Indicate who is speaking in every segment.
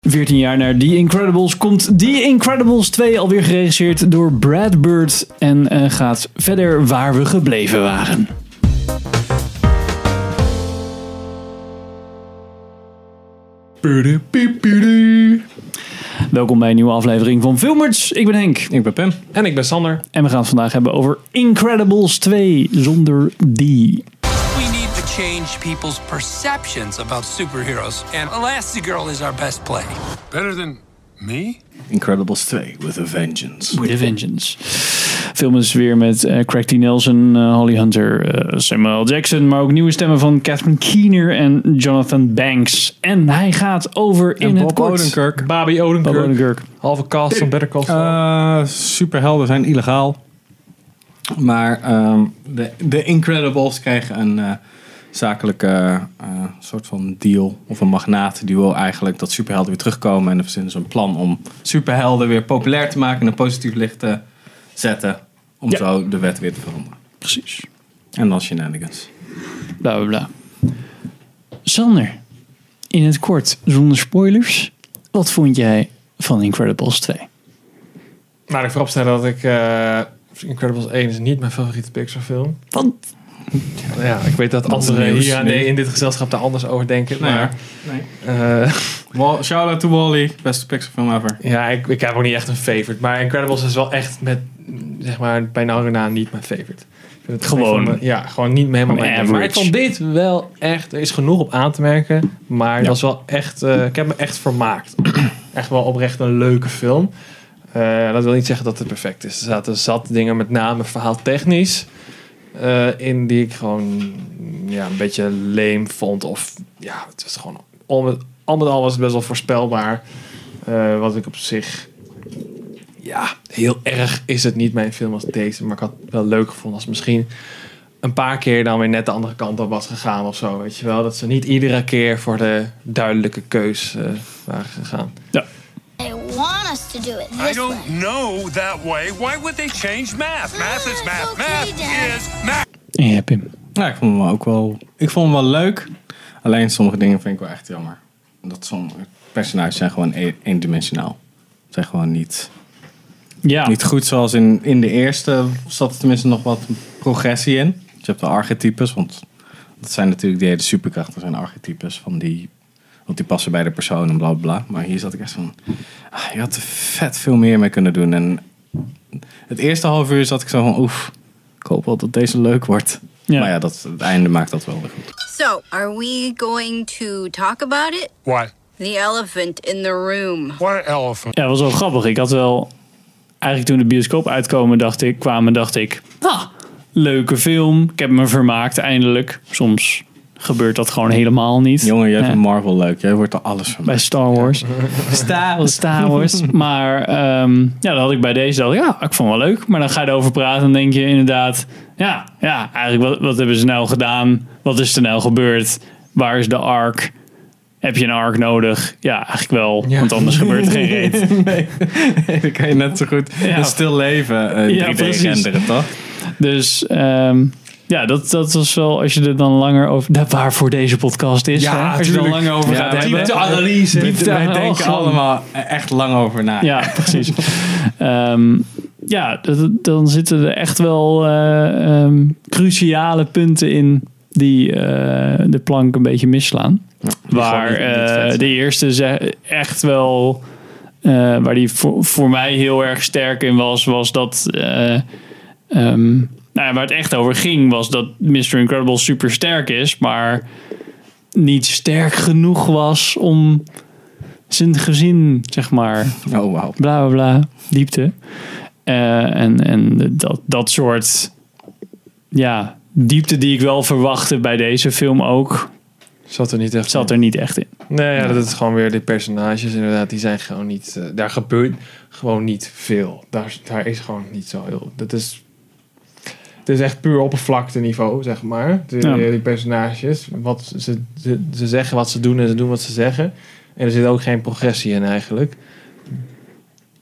Speaker 1: 14 jaar naar The Incredibles komt The Incredibles 2 alweer geregisseerd door Brad Bird en eh, gaat verder waar we gebleven waren. Welkom bij een nieuwe aflevering van Filmers. Ik ben Henk
Speaker 2: Ik ben Pim. En ik ben Sander.
Speaker 1: en we gaan het vandaag hebben over Incredibles 2 zonder die.
Speaker 3: We need to change people's perceptions about superheroes, and Elastigirl is our best play.
Speaker 4: Better than me?
Speaker 5: Incredibles 2 with a vengeance.
Speaker 1: With a Vengeance. Film is weer met eh, Craig T. Nelson, eh, Holly Hunter, eh, Samuel L. Jackson, maar ook nieuwe stemmen van Catherine Keener en Jonathan Banks. En hij gaat over in
Speaker 2: en
Speaker 1: het kort.
Speaker 2: Odenkirk. Babi Odenkirk.
Speaker 1: Bob Odenkirk.
Speaker 2: Halve cast van Better Call Saul.
Speaker 5: Eh, superhelden zijn illegaal. Maar ehm, de, de Incredibles krijgen een eh, zakelijke eh, soort van deal. Of een magnaat die wil eigenlijk dat superhelden weer terugkomen. En er verzinnen ze een plan om superhelden weer populair te maken. En een positief licht te zetten. Om
Speaker 1: Ja.
Speaker 5: zo de wet weer te veranderen.
Speaker 1: Precies.
Speaker 5: En dan shenanigans.
Speaker 1: Bla bla bla. Sander, in het kort, zonder spoilers, wat vond jij van Incredibles 2?
Speaker 2: Maar ik vooropstellen dat ik... eh, Incredibles 1 is niet mijn favoriete Pixar film.
Speaker 1: Want
Speaker 2: Ja, ik weet dat,
Speaker 5: is
Speaker 2: anderen
Speaker 5: nieuws
Speaker 2: hier aan
Speaker 5: nu.
Speaker 2: de- in dit gezelschap daar anders over denken.
Speaker 5: Nou ja.
Speaker 2: maar
Speaker 5: Nee.
Speaker 2: eh,
Speaker 5: Wall- shout out to Wally. Beste Pixar film ever.
Speaker 2: ja, ik, ik heb ook niet echt een favorite. Maar Incredibles is wel echt met, zeg maar, bijna na niet mijn favorite. Ik vind het
Speaker 1: Gewoon.
Speaker 2: een van de- ja, gewoon niet helemaal
Speaker 1: Gewoon
Speaker 2: mijn Maar ik
Speaker 1: average.
Speaker 2: vond dit wel echt, er is genoeg op aan te merken. Maar dat is wel echt, eh, ik heb me echt vermaakt. echt wel oprecht een leuke film. Eh, dat wil niet zeggen dat het perfect is. Er zaten zat dingen, met name verhaaltechnisch, eh, in die ik gewoon ja, een beetje leem vond. Of ja, het was gewoon, al met, al met al was het best wel voorspelbaar. Eh, wat ik op zich, ja, heel erg is het niet mijn film als deze. Maar ik had het wel leuk gevonden als het misschien een paar keer dan weer net de andere kant op was gegaan of zo. Weet je wel, dat ze niet iedere keer voor de duidelijke keus eh, waren gegaan.
Speaker 6: They want us to do it this
Speaker 4: I don't
Speaker 6: way.
Speaker 4: know that way. Why would they change math? Math is
Speaker 6: it's
Speaker 4: math.
Speaker 6: okay,
Speaker 4: math
Speaker 6: Dad.
Speaker 4: is math.
Speaker 1: Ja, Pim.
Speaker 5: Ja, ik vond hem wel ook wel. Ik vond hem wel leuk. Alleen sommige dingen vind ik wel echt jammer. Dat sommige personages zijn gewoon e- eendimensionaal. Zijn gewoon niet,
Speaker 1: Ja,
Speaker 5: niet goed zoals in, in de eerste zat er tenminste nog wat progressie in. Dus je hebt de archetypes, want dat zijn natuurlijk die hele superkrachten zijn archetypes van die. Want die passen bij de persoon en bla bla. bla. Maar hier zat ik echt van. ah, je had er vet veel meer mee kunnen doen. En het eerste half uur zat ik zo van. Oef, ik hoop wel dat deze leuk wordt.
Speaker 1: Ja.
Speaker 5: Maar ja, dat, het einde maakt dat wel weer goed.
Speaker 7: So, are we going to talk about it?
Speaker 4: What?
Speaker 7: The elephant in the room.
Speaker 4: What elephant?
Speaker 1: Ja, dat was wel grappig. Ik had wel... Eigenlijk toen de bioscoop uitkomen, dacht ik, kwamen, dacht ik... Ah, leuke film. Ik heb me vermaakt, eindelijk. Soms gebeurt dat gewoon helemaal niet.
Speaker 5: Jongen, jij
Speaker 1: Ja.
Speaker 5: vindt Marvel leuk. Jij wordt er alles van.
Speaker 1: Bij Star Wars.
Speaker 5: Star
Speaker 1: Star Wars. Maar ehm, ja, dat had ik bij deze dacht ik, ja, ik vond het wel leuk. Maar dan ga je erover praten en denk je inderdaad... Ja, ja eigenlijk wat, wat hebben ze nou gedaan? Wat is er nou gebeurd? Waar is de arc? Heb je een arc nodig? Ja, eigenlijk wel. Want anders gebeurt er geen reet.
Speaker 5: Dan kan je net zo goed
Speaker 1: Ja.
Speaker 5: een stil leven eh
Speaker 1: Ja,
Speaker 5: 3D
Speaker 1: precies.
Speaker 5: renderen, toch?
Speaker 1: Dus ehm, ja, dat, dat was wel, als je er dan langer over... Dat waarvoor deze podcast is.
Speaker 2: Ja,
Speaker 1: hè? als je er dan
Speaker 2: tuurlijk.
Speaker 1: lang over
Speaker 5: Ja,
Speaker 1: gaat
Speaker 5: wij-
Speaker 1: hebben.
Speaker 5: wij-
Speaker 2: analyse.
Speaker 1: Die-
Speaker 5: Wij
Speaker 1: Oh,
Speaker 5: denken
Speaker 1: gewoon.
Speaker 5: allemaal echt lang over na.
Speaker 1: Ja, precies. Ehm, ja, dat- dan zitten er echt wel eh, ehm, cruciale punten in die eh, de plank een beetje misslaan. waar
Speaker 5: gewoon niet- niet
Speaker 1: eh,
Speaker 5: vet zijn.
Speaker 1: de eerste ze- echt wel... eh, waar die voor, voor mij heel erg sterk in was, was dat... eh, ehm, nou ja, waar het echt over ging, was dat Mr. Incredible super sterk is, maar niet sterk genoeg was om zijn gezin, zeg maar,
Speaker 5: Oh, wauw.
Speaker 1: bla bla bla, diepte. Eh, en en dat, dat soort ja, diepte die ik wel verwachtte bij deze film ook,
Speaker 2: Zat er niet echt
Speaker 1: zat er niet echt in.
Speaker 2: Nee, ja, dat is gewoon weer de personages inderdaad. Die zijn gewoon niet... eh, daar gebeurt gewoon niet veel. Daar, daar is gewoon niet zo heel... Dat is... Het is echt puur oppervlakte niveau, zeg maar. Die,
Speaker 1: Ja.
Speaker 2: die personages. Wat ze, ze, ze zeggen wat ze doen en ze doen wat ze zeggen. En er zit ook geen progressie in eigenlijk.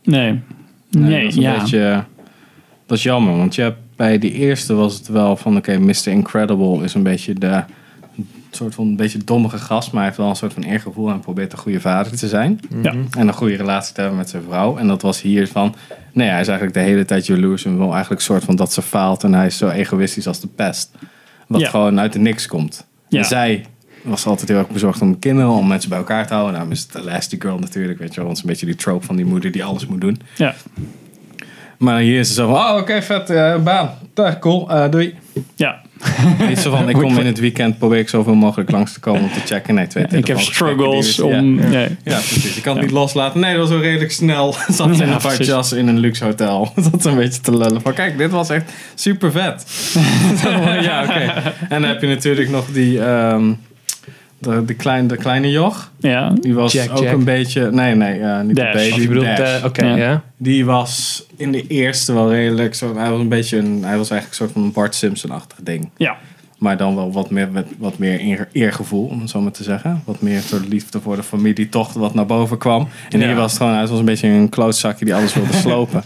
Speaker 1: Nee.
Speaker 5: Nee,
Speaker 1: Nee,
Speaker 5: dat is een
Speaker 1: ja.
Speaker 5: beetje... Dat is jammer, want je hebt, bij die eerste was het wel van... Oké, Mr. Incredible is een beetje de, soort van een beetje dommige gast, maar hij heeft wel een soort van eergevoel en probeert een goede vader te zijn.
Speaker 1: Ja.
Speaker 5: En een goede relatie te hebben met zijn vrouw. En dat was hier van, nee, hij is eigenlijk de hele tijd jaloers en wil eigenlijk soort van dat ze faalt. En hij is zo egoïstisch als de pest. Wat
Speaker 1: Ja.
Speaker 5: gewoon uit de niks komt.
Speaker 1: Ja.
Speaker 5: En zij was altijd heel erg bezorgd om de kinderen, om mensen bij elkaar te houden. Nou, Daarom is het Elastic Girl natuurlijk, weet je wel. Dat is een beetje die trope van die moeder die alles moet doen.
Speaker 1: Ja.
Speaker 5: Maar hier is ze zo van, oh oké, vet, eh, baan. Dag, cool, eh, doei.
Speaker 1: ja.
Speaker 5: Niet zo van, ik kom in het weekend, probeer ik zoveel mogelijk langs te komen om te checken. Nee, twee
Speaker 1: Ik heb
Speaker 5: telefoongesprekken die
Speaker 1: struggles
Speaker 5: uur- ja.
Speaker 1: om. nee.
Speaker 5: Ja, precies. Ik kan het niet loslaten. Nee, dat was wel redelijk snel. Zat ze in
Speaker 1: Ja,
Speaker 5: een
Speaker 1: precies.
Speaker 5: badjas in een luxe hotel. Zat een beetje te lullen. Van kijk, dit was echt super vet. ja, oké. En dan heb je natuurlijk nog die... ehm, de, de, klein, de kleine joch.
Speaker 1: Ja.
Speaker 5: Die was
Speaker 2: Jack,
Speaker 5: ook
Speaker 2: Jack.
Speaker 5: een beetje... Nee, nee, eh, niet
Speaker 1: Dash.
Speaker 5: de baby.
Speaker 1: Oh,
Speaker 2: Je bedoelt,
Speaker 5: Dash.
Speaker 2: eh, oké,
Speaker 1: Ja.
Speaker 2: ja.
Speaker 5: Die was in de eerste wel redelijk... Zo, hij was een beetje een... Hij was eigenlijk een soort van een Bart Simpson-achtig ding.
Speaker 1: Ja.
Speaker 5: Maar dan wel wat meer, met wat meer eer- eergevoel, om het zo maar te zeggen. Wat meer door liefde voor de familie toch wat naar boven kwam. En
Speaker 2: Ja.
Speaker 5: hier was het gewoon, hij was een beetje een klootzakje die alles wilde slopen.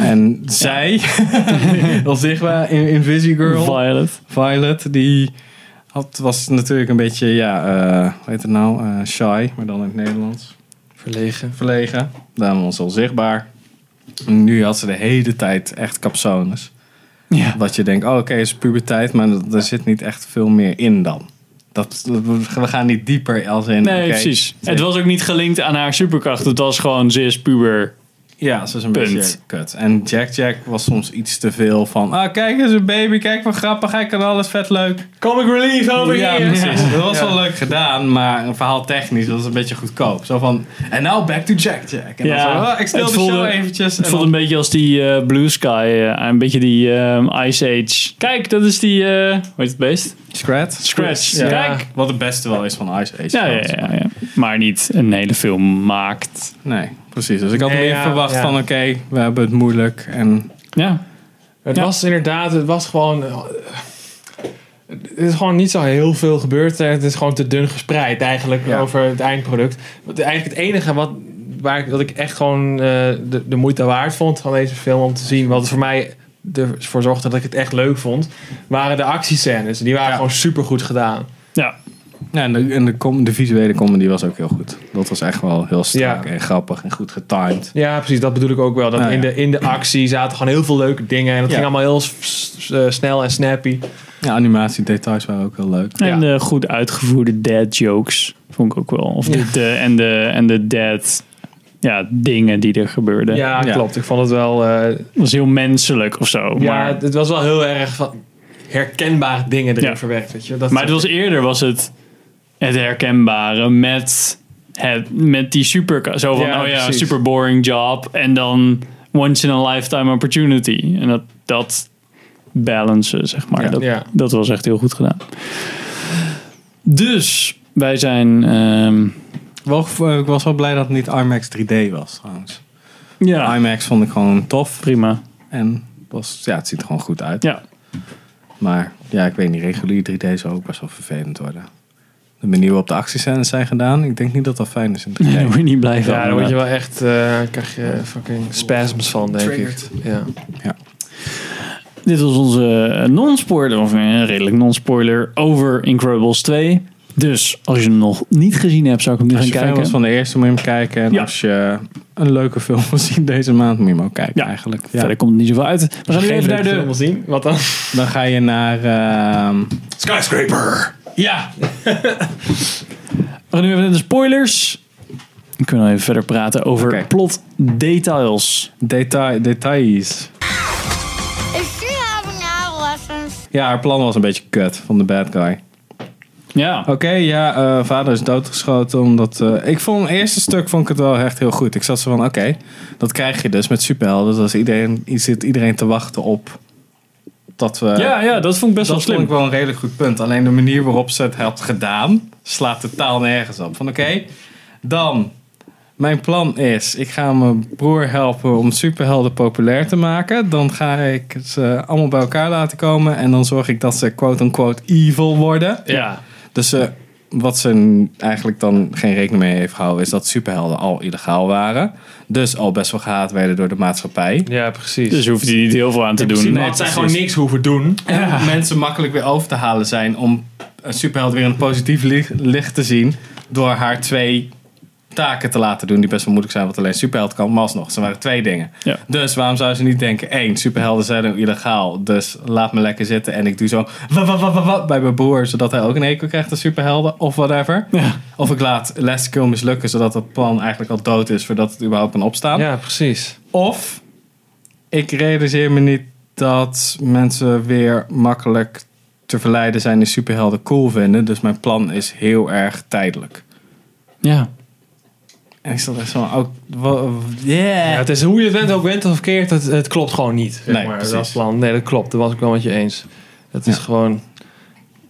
Speaker 5: en zij, wel zichtbaar in, in Visi Girl,
Speaker 1: Violet.
Speaker 5: Violet, die had, was natuurlijk een beetje, ja, eh, hoe heet het nou? Eh, shy, maar dan in het Nederlands
Speaker 2: Verlegen.
Speaker 5: verlegen. Daarom was ze al zichtbaar. En nu had ze de hele tijd echt capsones.
Speaker 1: Ja.
Speaker 5: Wat je denkt, oh oké, is puberteit, maar dat- er zit niet echt veel meer in dan. Dat, we gaan niet dieper als in...
Speaker 1: Nee,
Speaker 5: oké,
Speaker 1: precies.
Speaker 5: ze-
Speaker 1: Het was ook niet gelinkt aan haar superkracht. Het was gewoon, ze is puber.
Speaker 5: Ja, ze is een
Speaker 1: Punt.
Speaker 5: beetje kut. En Jack Jack was soms iets te veel van... Ah, kijk eens een baby, kijk wat grappig, hij kan alles vet leuk.
Speaker 2: Comic relief over
Speaker 5: ja,
Speaker 2: hier.
Speaker 5: precies. Dat was wel leuk gedaan, maar een verhaal technisch was een beetje goedkoop. Zo van, en nou back to Jack Jack. En
Speaker 1: Ja,
Speaker 5: dan zo, oh, ik stel
Speaker 1: het
Speaker 5: de show
Speaker 1: voelde-
Speaker 5: eventjes.
Speaker 1: Het
Speaker 5: en
Speaker 1: voelde
Speaker 5: dan-
Speaker 1: een beetje als die eh, Blue Sky. eh, een beetje die ehm, Ice Age. Kijk, dat is die... eh hoe heet het beest?
Speaker 5: Scratch?
Speaker 1: Scratch.
Speaker 5: Ja.
Speaker 1: Kijk.
Speaker 5: Wat het beste wel is van Ice Age.
Speaker 1: Ja, ja,
Speaker 5: trouwens,
Speaker 1: ja,
Speaker 5: maar-
Speaker 1: ja. Maar niet een hele film maakt.
Speaker 5: Nee, precies. Dus ik had
Speaker 2: Nee,
Speaker 5: meer
Speaker 2: ja,
Speaker 5: verwacht
Speaker 2: ja.
Speaker 5: van oké, we hebben het moeilijk. En
Speaker 1: Ja.
Speaker 2: Het
Speaker 1: Ja.
Speaker 2: was inderdaad, het was gewoon. eh, Er is gewoon niet zo heel veel gebeurd. Eh, Het is gewoon te dun gespreid eigenlijk
Speaker 5: Ja.
Speaker 2: over het eindproduct. Want eigenlijk het enige wat, waar ik, dat ik echt gewoon eh, de, de moeite waard vond van deze film om te zien. Wat voor mij ervoor zorgde dat ik het echt leuk vond. Waren de actiescènes. Die waren
Speaker 5: Ja.
Speaker 2: gewoon super goed gedaan.
Speaker 1: Ja.
Speaker 5: ja, en de, en de, com- de visuele comedy was ook heel goed. Dat was echt wel heel strak
Speaker 2: Ja.
Speaker 5: en grappig en goed getimed.
Speaker 2: Ja, precies. Dat bedoel ik ook wel. Dat
Speaker 5: Nou ja.
Speaker 2: in, de, in de actie zaten gewoon heel veel leuke dingen. En het
Speaker 5: Ja.
Speaker 2: ging allemaal heel s- s- eh, snel en snappy.
Speaker 5: Ja, animatiedetails waren ook heel leuk.
Speaker 1: En
Speaker 2: eh,
Speaker 1: de goed uitgevoerde dad jokes. Vond ik ook wel. Of de, de- en, de, en de dad... Ja, dingen die er gebeurden.
Speaker 2: Ja,
Speaker 5: Ja.
Speaker 2: klopt. Ik vond het wel... eh,
Speaker 1: Het was heel menselijk of zo.
Speaker 2: Ja,
Speaker 1: maar
Speaker 2: het- het was wel heel erg van herkenbare dingen erin
Speaker 1: Ja.
Speaker 2: verwerkt. Weet je? Dat
Speaker 1: Maar het was eerder was het het herkenbare met, het, met die super... Zo van,
Speaker 2: Ja,
Speaker 1: oh ja,
Speaker 2: precies.
Speaker 1: super boring job. En dan once in a lifetime opportunity. En dat, dat balancen, zeg maar.
Speaker 5: Ja.
Speaker 1: dat,
Speaker 2: Ja.
Speaker 1: dat was echt heel goed gedaan. Dus, wij zijn... ehm,
Speaker 5: Wel, eh, ik was wel blij dat het niet IMAX 3D was trouwens.
Speaker 1: ja,
Speaker 5: IMAX vond ik gewoon tof.
Speaker 1: prima.
Speaker 5: En was, ja, het ziet er gewoon goed uit.
Speaker 1: Ja,
Speaker 5: Maar ja, ik weet niet, regulier 3D zou ook best wel vervelend worden. De manier waarop de actiescènes zijn gedaan, ik denk niet dat dat fijn is in 3D.
Speaker 1: daar word je niet blij van.
Speaker 2: ja, daar word je wel echt, eh krijg je fucking spasms van, denk
Speaker 5: Triggered.
Speaker 2: ik. Ja.
Speaker 1: Dit was onze eh, non-spoiler, of een redelijk non-spoiler, over Incredibles 2. Dus als je hem nog niet gezien hebt, zou ik hem nu
Speaker 5: Als
Speaker 1: gaan
Speaker 5: je fan was
Speaker 1: kijken.
Speaker 5: van de eerste moet je hem kijken. En
Speaker 1: Ja.
Speaker 5: als je een leuke film wil zien deze maand moet je hem ook kijken
Speaker 1: Ja.
Speaker 5: eigenlijk. Ja.
Speaker 1: Verder komt er niet zoveel uit. We gaan nu even naar de...
Speaker 2: Wil zien? Wat dan?
Speaker 5: Dan ga je naar... ehm,
Speaker 2: Ja!
Speaker 1: We gaan nu even naar de spoilers. We kunnen even verder praten over
Speaker 5: Oké.
Speaker 1: plot details.
Speaker 5: detail, details.
Speaker 6: Is she having adolescence?
Speaker 5: Ja, haar plan was een beetje kut van de bad guy.
Speaker 1: Ja.
Speaker 5: Oké, ja, eh, vader is doodgeschoten omdat... eh, ik vond het eerste stuk vond ik het wel echt heel goed. Ik zat zo van, oké, dat krijg je dus met superhelden. Dus als iedereen, zit iedereen te wachten op dat we...
Speaker 1: Ja, ja, dat vond ik best
Speaker 5: Dat
Speaker 1: wel slim.
Speaker 5: vond ik wel een redelijk goed punt. Alleen de manier waarop ze het had gedaan, slaat de taal nergens op. Van oké, dan. Mijn plan is, ik ga mijn broer helpen om superhelden populair te maken. Dan ga ik ze allemaal bij elkaar laten komen. En dan zorg ik dat ze quote-unquote evil worden.
Speaker 2: Ja.
Speaker 5: Dus eh, wat ze eigenlijk dan geen rekening mee heeft gehouden... is dat superhelden al illegaal waren. Dus al best wel gehaat werden door de maatschappij.
Speaker 2: Ja, precies.
Speaker 1: Dus hoeft hij niet heel veel aan te doen.
Speaker 5: precies.
Speaker 2: dat
Speaker 5: nee,
Speaker 2: zij gewoon niks hoeven doen.
Speaker 5: En mensen makkelijk weer over te halen zijn om eh, een superheld weer in een positief li- licht te zien. Door haar twee taken te laten doen die best wel moeilijk zijn. Wat alleen superheld kan. Maar alsnog, ze waren twee dingen.
Speaker 1: Ja.
Speaker 5: Dus waarom zou ze niet denken. één, superhelden zijn ook illegaal. Dus laat me lekker zitten. En ik doe zo wa, wa, wa, wa, wa, bij mijn broer. Zodat hij ook een hekel krijgt aan superhelden. Of whatever. Of ik laat Last Kill mislukken. Zodat dat plan eigenlijk al dood is. Voordat het überhaupt kan opstaan.
Speaker 2: Ja, precies.
Speaker 5: Of ik realiseer me niet dat mensen weer makkelijk te verleiden zijn die superhelden cool vinden. Dus mijn plan is heel erg tijdelijk.
Speaker 1: Ja.
Speaker 5: En ik zat echt zo ook. wa- wa- Yeah.
Speaker 2: Ja, het is hoe je het bent, ook bent of keert, het, het klopt gewoon niet. zeg
Speaker 5: Nee,
Speaker 2: maar.
Speaker 5: precies.
Speaker 2: dat plan. Nee, dat klopt. Daar was ik wel met je eens. Het is gewoon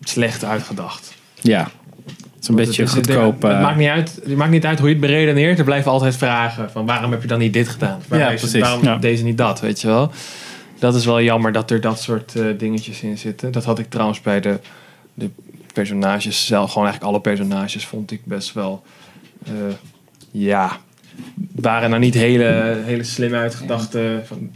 Speaker 2: slecht uitgedacht.
Speaker 5: Ja. Het is een beetje
Speaker 2: het, is-
Speaker 5: goedkoop.
Speaker 2: Het,
Speaker 5: eh,
Speaker 2: maakt niet uit, het maakt niet uit hoe je het beredeneert. Er blijven altijd vragen van waarom heb je dan niet dit gedaan? Waarom
Speaker 5: Ja,
Speaker 2: is-
Speaker 5: precies.
Speaker 2: Waarom
Speaker 1: Ja.
Speaker 2: deze niet dat, weet je wel? Dat is wel jammer dat er dat soort eh, dingetjes in zitten. Dat had ik trouwens bij de, de personages zelf. Gewoon eigenlijk alle personages vond ik best wel... eh, ja, waren nou niet hele, hele slim uitgedachte van,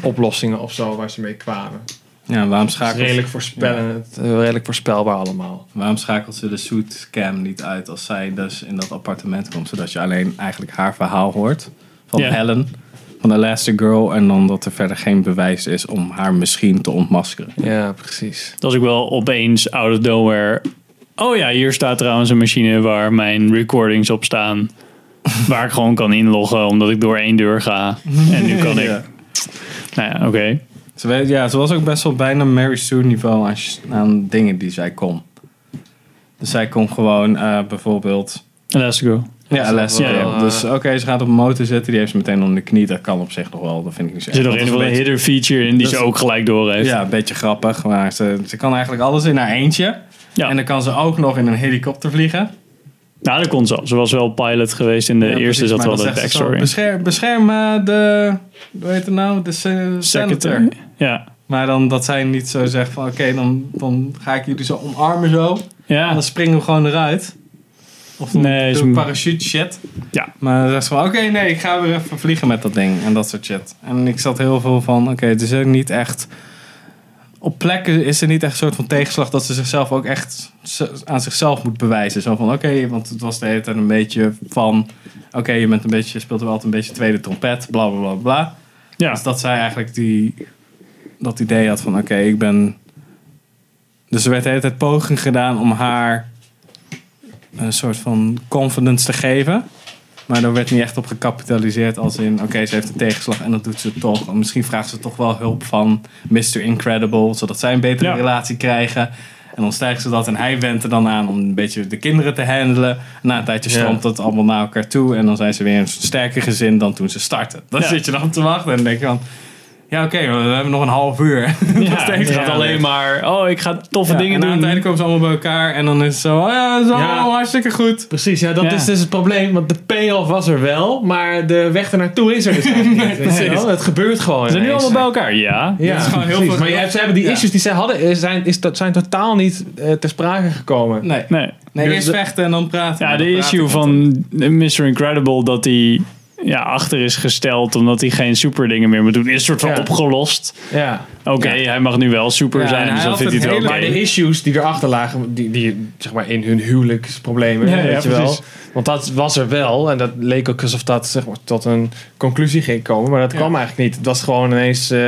Speaker 2: oplossingen of zo waar ze mee kwamen.
Speaker 5: ja, waarom
Speaker 2: Het is
Speaker 5: schakelt,
Speaker 2: redelijk, voorspellend, eh, redelijk voorspelbaar allemaal.
Speaker 5: waarom schakelt ze de suitcam niet uit als zij dus in dat appartement komt? Zodat je alleen eigenlijk haar verhaal hoort van
Speaker 1: Ja.
Speaker 5: Helen, van de laatste girl. En dan dat er verder geen bewijs is om haar misschien te ontmaskeren.
Speaker 2: Ja, precies.
Speaker 1: Dat is ook wel opeens out of nowhere. Oh ja, hier staat trouwens een machine waar mijn recordings op staan. Waar ik gewoon kan inloggen omdat ik door één deur ga. En nu kan ik. Nou ja, oké.
Speaker 5: Ze, weet- ja, ze was ook best wel bijna Mary Sue niveau aan, sh- aan dingen die zij kon. Dus zij kon gewoon eh, bijvoorbeeld...
Speaker 1: Elastico.
Speaker 5: Ja, les.
Speaker 1: wel,
Speaker 5: ja.
Speaker 1: eh,
Speaker 5: Dus oké, ze gaat op een motor zitten. Die heeft ze meteen onder de knie. Dat kan op zich nog wel. Dat vind ik niet zo
Speaker 1: Er zit nog
Speaker 5: erg.
Speaker 1: een
Speaker 5: Dat
Speaker 1: van
Speaker 5: is
Speaker 1: de
Speaker 5: een beetje-
Speaker 1: hidden feature in die
Speaker 5: Dat
Speaker 1: ze
Speaker 5: is-
Speaker 1: ook gelijk door heeft.
Speaker 5: Ja, een beetje grappig. Maar ze, ze kan eigenlijk alles in haar eentje.
Speaker 1: Ja.
Speaker 5: En dan kan ze ook nog in een helikopter vliegen.
Speaker 1: Nou, dat kon ze. al. Ze was wel pilot geweest in de
Speaker 5: Ja,
Speaker 1: eerste.
Speaker 5: precies,
Speaker 1: Zat
Speaker 5: maar
Speaker 1: wel
Speaker 5: dan
Speaker 1: de
Speaker 5: zegt ze zo,
Speaker 1: backstory. in.
Speaker 5: Bescherm, bescherm eh, de... Hoe heet het nou? De se- senator.
Speaker 1: Ja.
Speaker 5: Maar dan dat zij niet zo zegt van... Oké, dan, dan ga ik jullie zo omarmen zo. En
Speaker 1: Ja.
Speaker 5: dan springen we gewoon eruit. Of
Speaker 1: Nee,
Speaker 5: nee,
Speaker 1: is een-
Speaker 5: parachute shit.
Speaker 1: Ja.
Speaker 5: Maar dan zegt ze van, oké, nee, ik ga weer even vliegen met dat ding. En dat soort shit. En ik zat heel veel van, oké, het is ook niet echt... Op plekken is er niet echt een soort van tegenslag dat ze zichzelf ook echt z- aan zichzelf moet bewijzen. Zo van, oké, want het was de hele tijd een beetje van... Oké, je bent een beetje, je speelt wel altijd een beetje tweede trompet, bla bla bla bla.
Speaker 1: Ja.
Speaker 5: Dus dat zij eigenlijk die, dat idee had van oké, ik ben... Dus er werd de hele tijd poging gedaan om haar een soort van confidence te geven. Maar daar werd niet echt op gecapitaliseerd als in oké, ze heeft een tegenslag en dat doet ze toch. En misschien vraagt ze toch wel hulp van Mr. Incredible, zodat zij een betere
Speaker 1: Ja.
Speaker 5: relatie krijgen. En dan stijgt ze dat en hij went er dan aan om een beetje de kinderen te handelen. Na een tijdje
Speaker 2: Ja.
Speaker 5: stroomt dat allemaal naar elkaar toe. En dan zijn ze weer een sterker gezin dan toen ze startten. Dan
Speaker 1: Ja.
Speaker 5: zit je dan te wachten en denk je van... Ja, oké, we hebben nog een half uur.
Speaker 1: Ja,
Speaker 5: Nog steeds
Speaker 1: het gaat
Speaker 5: gaan
Speaker 1: alleen
Speaker 5: dit.
Speaker 1: maar. Oh, ik ga toffe
Speaker 5: Ja,
Speaker 1: dingen
Speaker 5: en
Speaker 1: doen.
Speaker 5: uiteindelijk komen ze allemaal bij elkaar en dan is het zo... Oh ja, dat is allemaal hartstikke goed.
Speaker 2: Precies, ja, dat
Speaker 1: Ja.
Speaker 2: is dus het probleem. Want de payoff was er wel, maar de weg ernaartoe is er dus eigenlijk niet. weet je wel. Het gebeurt gewoon.
Speaker 1: Ze zijn nu
Speaker 2: ineens.
Speaker 1: allemaal bij elkaar. Ja.
Speaker 2: Ja,
Speaker 5: Het is gewoon heel
Speaker 2: precies.
Speaker 5: veel-
Speaker 2: Maar je hebt- ze hebben die
Speaker 5: Ja.
Speaker 2: issues die zij hadden, eh, zijn, is, dat zijn totaal niet eh, ter sprake gekomen.
Speaker 5: Nee, nee.
Speaker 1: Nee. Dus
Speaker 5: eerst vechten en dan praten.
Speaker 1: Ja,
Speaker 5: En
Speaker 1: de
Speaker 5: dan praten
Speaker 1: issue
Speaker 5: we
Speaker 1: van Mr. Incredible dat hij ja, achter is gesteld omdat hij geen superdingen meer moet doen, is soort van
Speaker 2: Ja.
Speaker 1: opgelost.
Speaker 2: Ja.
Speaker 1: Oké, hij mag nu wel super
Speaker 5: Ja, en
Speaker 1: zijn, dus
Speaker 5: hij
Speaker 1: dat
Speaker 5: had
Speaker 1: vindt hij
Speaker 5: het
Speaker 1: het wel oké.
Speaker 5: hele-
Speaker 2: Maar de issues die erachter lagen, die, die zeg maar in hun huwelijksproblemen,
Speaker 1: Ja, ja,
Speaker 2: weet je wel.
Speaker 1: precies.
Speaker 2: Want dat was er wel en dat leek ook alsof dat zeg maar, tot een conclusie ging komen, maar dat kwam eigenlijk niet. Het was gewoon ineens eh,